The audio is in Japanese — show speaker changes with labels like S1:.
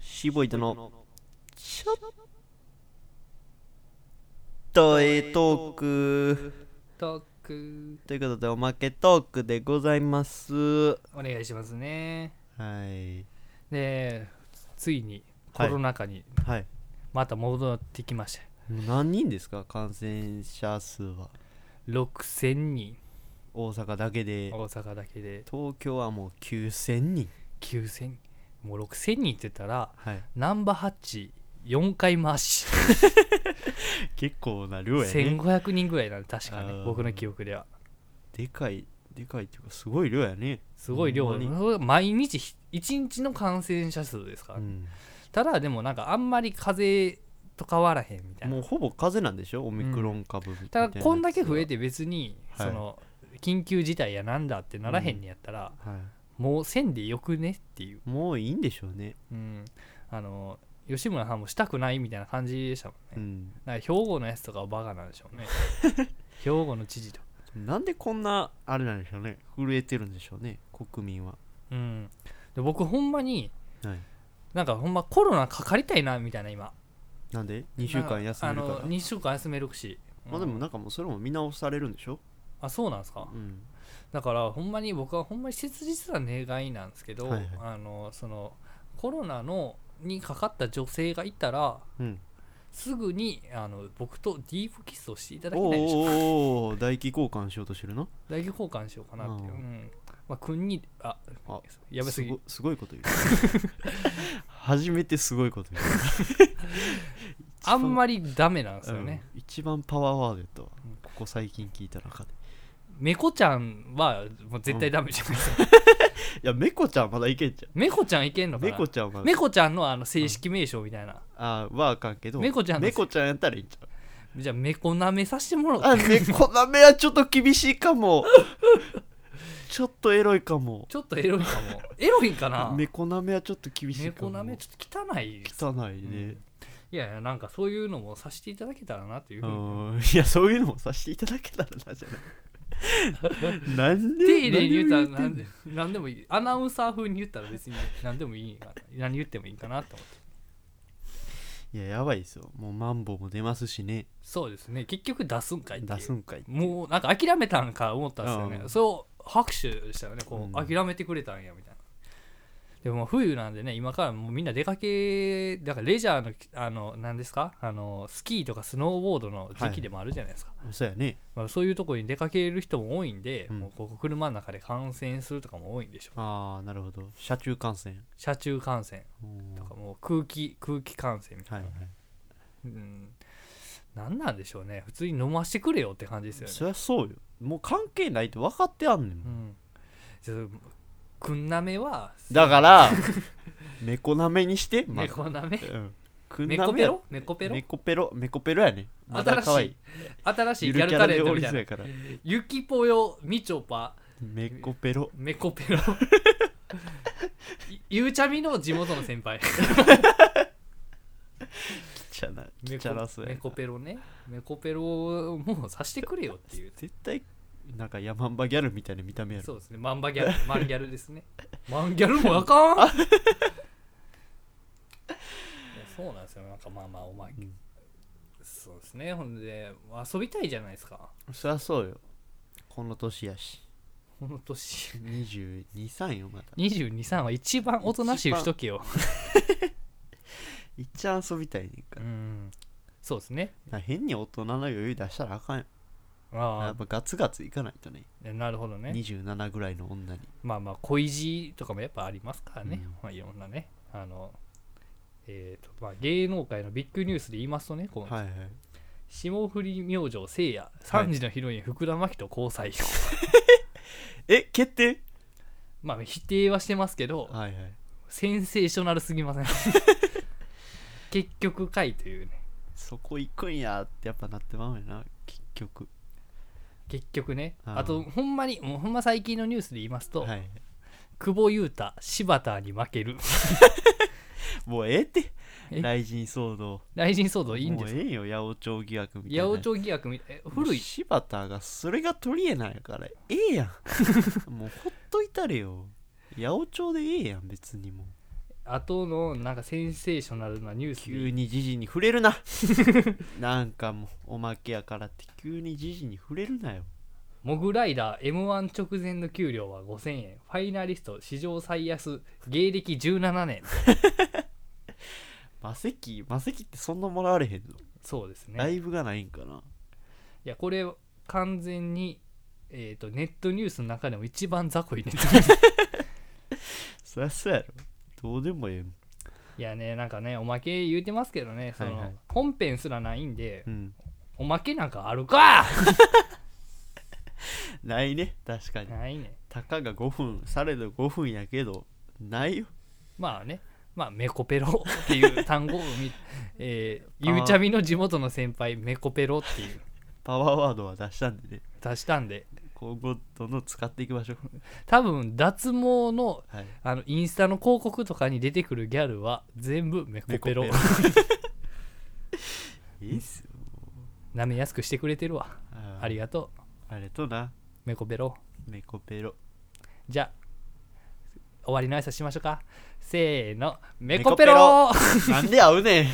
S1: シーボイドのちょっとええトーク
S2: トーク
S1: ということでおまけトークでございますは
S2: お願いしますね
S1: い
S2: でついにコ
S1: はい
S2: ロナ禍に
S1: はい
S2: また戻ってきました、
S1: もう何人ですか感染者数は
S2: 6000人
S1: 大阪だけで
S2: 大阪だけで
S1: 東京はもう9000人
S2: 9000もう6000人って言ったら
S1: はい
S2: ナンバーハッチ4回回し
S1: 結構な量やね
S2: 1500人ぐらいなんで確か
S1: あ
S2: ね
S1: ー
S2: 僕の記憶では
S1: でかいでかいっていうかすごい量やね
S2: すごい量
S1: ほんまに
S2: 毎日1日の感染者数ですから、
S1: うん
S2: ただでもなんかあんまり風邪と変わらへんみたいな
S1: もうほぼ風邪なんでしょオミクロン株みたいな
S2: た
S1: やつ
S2: だ
S1: は
S2: こんだけ増えて別に
S1: はい
S2: その緊急事態やなんだってならへんにやったら、
S1: はい
S2: もうせんでよくねっていう、
S1: もういいんでしょうね。
S2: うん、あの吉村さんもしたくないみたいな感じでしたもんね、
S1: うん。
S2: なんか兵庫のやつとかはバカなんでしょ うね兵庫の知事と
S1: なんでこんな、あれなんでしょうね。震えてるんでしょうね、国民は。
S2: うんで僕ほんまに
S1: はい。
S2: なんかほんまコロナかかりたいなみたいな今
S1: なんで ?2 週間休めるから
S2: あの。2週間休めるし、
S1: まあでも
S2: うん
S1: なんかもうそれも見直されるんでしょ
S2: あそうなんですか
S1: うん。
S2: だからほんまに僕はほんまに切実な願いなんですけど、
S1: はいはい
S2: あのそのコロナのにかかった女性がいたら
S1: うん。
S2: すぐにあの僕とディープキスをしていただき
S1: お
S2: た
S1: ー
S2: いでしょ
S1: おーおー唾液交換しようとしてるな。
S2: 代表交換しようかなっていう、
S1: う
S2: うんんまあ、君にあ
S1: あ
S2: やばすぎ
S1: ごすごいこと言う。初めてすごいこと言う。
S2: あんまりダメなんですよね、
S1: うん一番パワーワードやったわ
S2: うん
S1: ここ最近聞いた中で。
S2: 猫ちゃんはもう絶対ダメじゃないですか、
S1: いや、メコちゃんまだいけんじゃ
S2: 猫ちゃんいけんの
S1: ん。
S2: か
S1: メ
S2: な
S1: コちゃんまだ。
S2: 猫ちゃんのあの正式名称みたいな、
S1: あーはあかんけど。
S2: 猫ちゃんの
S1: メコちゃんやったらいいんちゃう
S2: じゃあ猫なめさせてもらおうか
S1: あ、 猫なめはちょっと厳しいかも。ちょっとエロいかも。
S2: ちょっとエロいかもエロいんかな
S1: 猫なめはちょっと厳しいか
S2: 猫
S1: も。
S2: なめちょっと汚いです
S1: 汚いね。
S2: いやいやなんかそういうのもさせていただけたらなという
S1: う
S2: ふうに
S1: ん、いや、そういうのもさせていただけたらな、じゃない。なんで
S2: 丁寧に言った
S1: 何
S2: ら
S1: を
S2: 何
S1: てんの
S2: で何でもいいアナウンサー風に言ったら別に何でもいいかな何言ってもいいかなと思って
S1: いや、やばいですよ。もうマンボウも出ますしね。
S2: そうですね結局出すんかいっていう
S1: 出すんかいっていう。
S2: もうなんか諦めたんか思ったんですよね、
S1: うん
S2: そう拍手でしたよねこう、
S1: うん
S2: 諦めてくれたんやみたいなでもまあ冬なんでね今からもうみんな出かけだからレジャーのあの何ですかあのスキーとかスノーボードの時期でもあるじゃないですか、
S1: そうやね。
S2: まあ、そういうとこに出かける人も多いんで、
S1: うん
S2: もうここ車の中で感染するとかも多いんでしょう
S1: ああ、なるほど。車中感染。
S2: 車中感染
S1: うん
S2: と
S1: は
S2: かもう空気空気感染みた
S1: い
S2: い
S1: は
S2: な、
S1: い。
S2: うん、なんなんでしょうね普通に飲ましてくれよって感じですよね
S1: そりゃそうよ。もう関係ないって分かってあん ねんもん
S2: う。んちょっとくんなめは
S1: だ から、猫なめにして、まず
S2: 猫なめ
S1: うんくんなめ
S2: 猫ペロ猫ペロ
S1: 猫ペロ猫ペロやねまだ
S2: 新しい
S1: 可愛い
S2: 新し
S1: ゆ
S2: いギ
S1: る
S2: ャル
S1: キャラ
S2: タレ
S1: で
S2: ント
S1: お
S2: み
S1: り
S2: たい
S1: そう
S2: な
S1: やから
S2: ゆきぽよみちょぱ
S1: 猫ペロ
S2: 猫ペロ いゆうちゃみの地元の先輩
S1: きちゃなき
S2: メ
S1: ちゃらそうやな
S2: コペロねメコペロをもうさしてくれよっていう
S1: 絶対なんかヤマンバギャルみたいな見た目やろ
S2: そうですねマンバギャルマンギャルですね マンギャルもあ かんいやそうなんですよなんかまあまあお前、
S1: うん
S2: そうですねほんで遊びたいじゃないですか
S1: そりゃそうよこの年やし
S2: この年
S1: 22歳よまだ
S2: 223は一番おとなしいしとけよ
S1: いっちゃ遊びたいねんか
S2: う
S1: ら
S2: んそうですね
S1: だから変に大人の余裕出したらあかんよや
S2: あ
S1: っぱガツガツいかないとね
S2: あなるほどね
S1: 27ぐらいの女に
S2: まあまあ恋路とかもやっぱありますからね、
S1: うん
S2: まあ、いろんなねあのえーとまあ、芸能界のビッグニュースで言いますとね、こう
S1: はいはい
S2: 霜降り明星せいや3時のヒロイン福田真紀と交際、
S1: え決定
S2: まあ否定はしてますけど
S1: はいはい
S2: センセーショナルすぎ ません結局かいというね
S1: そこ行くんやってやっぱなってまうんやな結局
S2: 結局ね
S1: あー
S2: あとほんまにもうほんま最近のニュースで言いますと、
S1: はい
S2: 久保優太柴田に負ける
S1: もうええって
S2: え
S1: 雷神騒動
S2: 雷神騒動いいんです
S1: もうええよ八百長疑惑みたい
S2: 八
S1: な
S2: 百長疑惑みたいえ
S1: も
S2: 古
S1: う
S2: い
S1: 柴田がそれが取り柄なんやからえ えやんもうほっといたれよ八百長でええやん別にもう
S2: 後のなんかセンセーショナルなニュース
S1: 急に時事に触れるな なんかもうおまけやからって急に時事に触れるなよ
S2: モグライダー M1 直前の給料は5000円ファイナリスト史上最安芸歴17年
S1: マセキマセキってそんなもらわれへんの、
S2: そうです
S1: ラ
S2: ね
S1: イブがないんかない
S2: やこれ完全に、えー、とネットニュースの中でも一番雑魚いネ ットニュース
S1: そりゃそうやろどうでもええもん
S2: いやねなんかねおまけ言うてますけどねその、
S1: はいはい
S2: 本編すらないんで、
S1: うん
S2: おまけなんかあるか
S1: ないね確かに
S2: ないね
S1: たかが5分されど5分やけどないよ
S2: まあねまあメコペロっていう単語を 見、えー、ゆうちゃみの地元の先輩メコペロっていう
S1: パワーワードは出したんでね
S2: 出したんで
S1: 今後どんどん使っていきましょう
S2: 多分脱毛の
S1: はい
S2: あのインスタの広告とかに出てくるギャルは全部メコペロ
S1: メコ いいっすよ
S2: 舐めやすくしてくれてるわ
S1: あ
S2: ありがとう
S1: あれとな
S2: メコペロ
S1: メコペ ロ
S2: じゃあ終わりの挨拶しましょうかせーのメ
S1: メ
S2: コ
S1: コ
S2: ペ
S1: ペ
S2: ロ
S1: ロなんで合うねん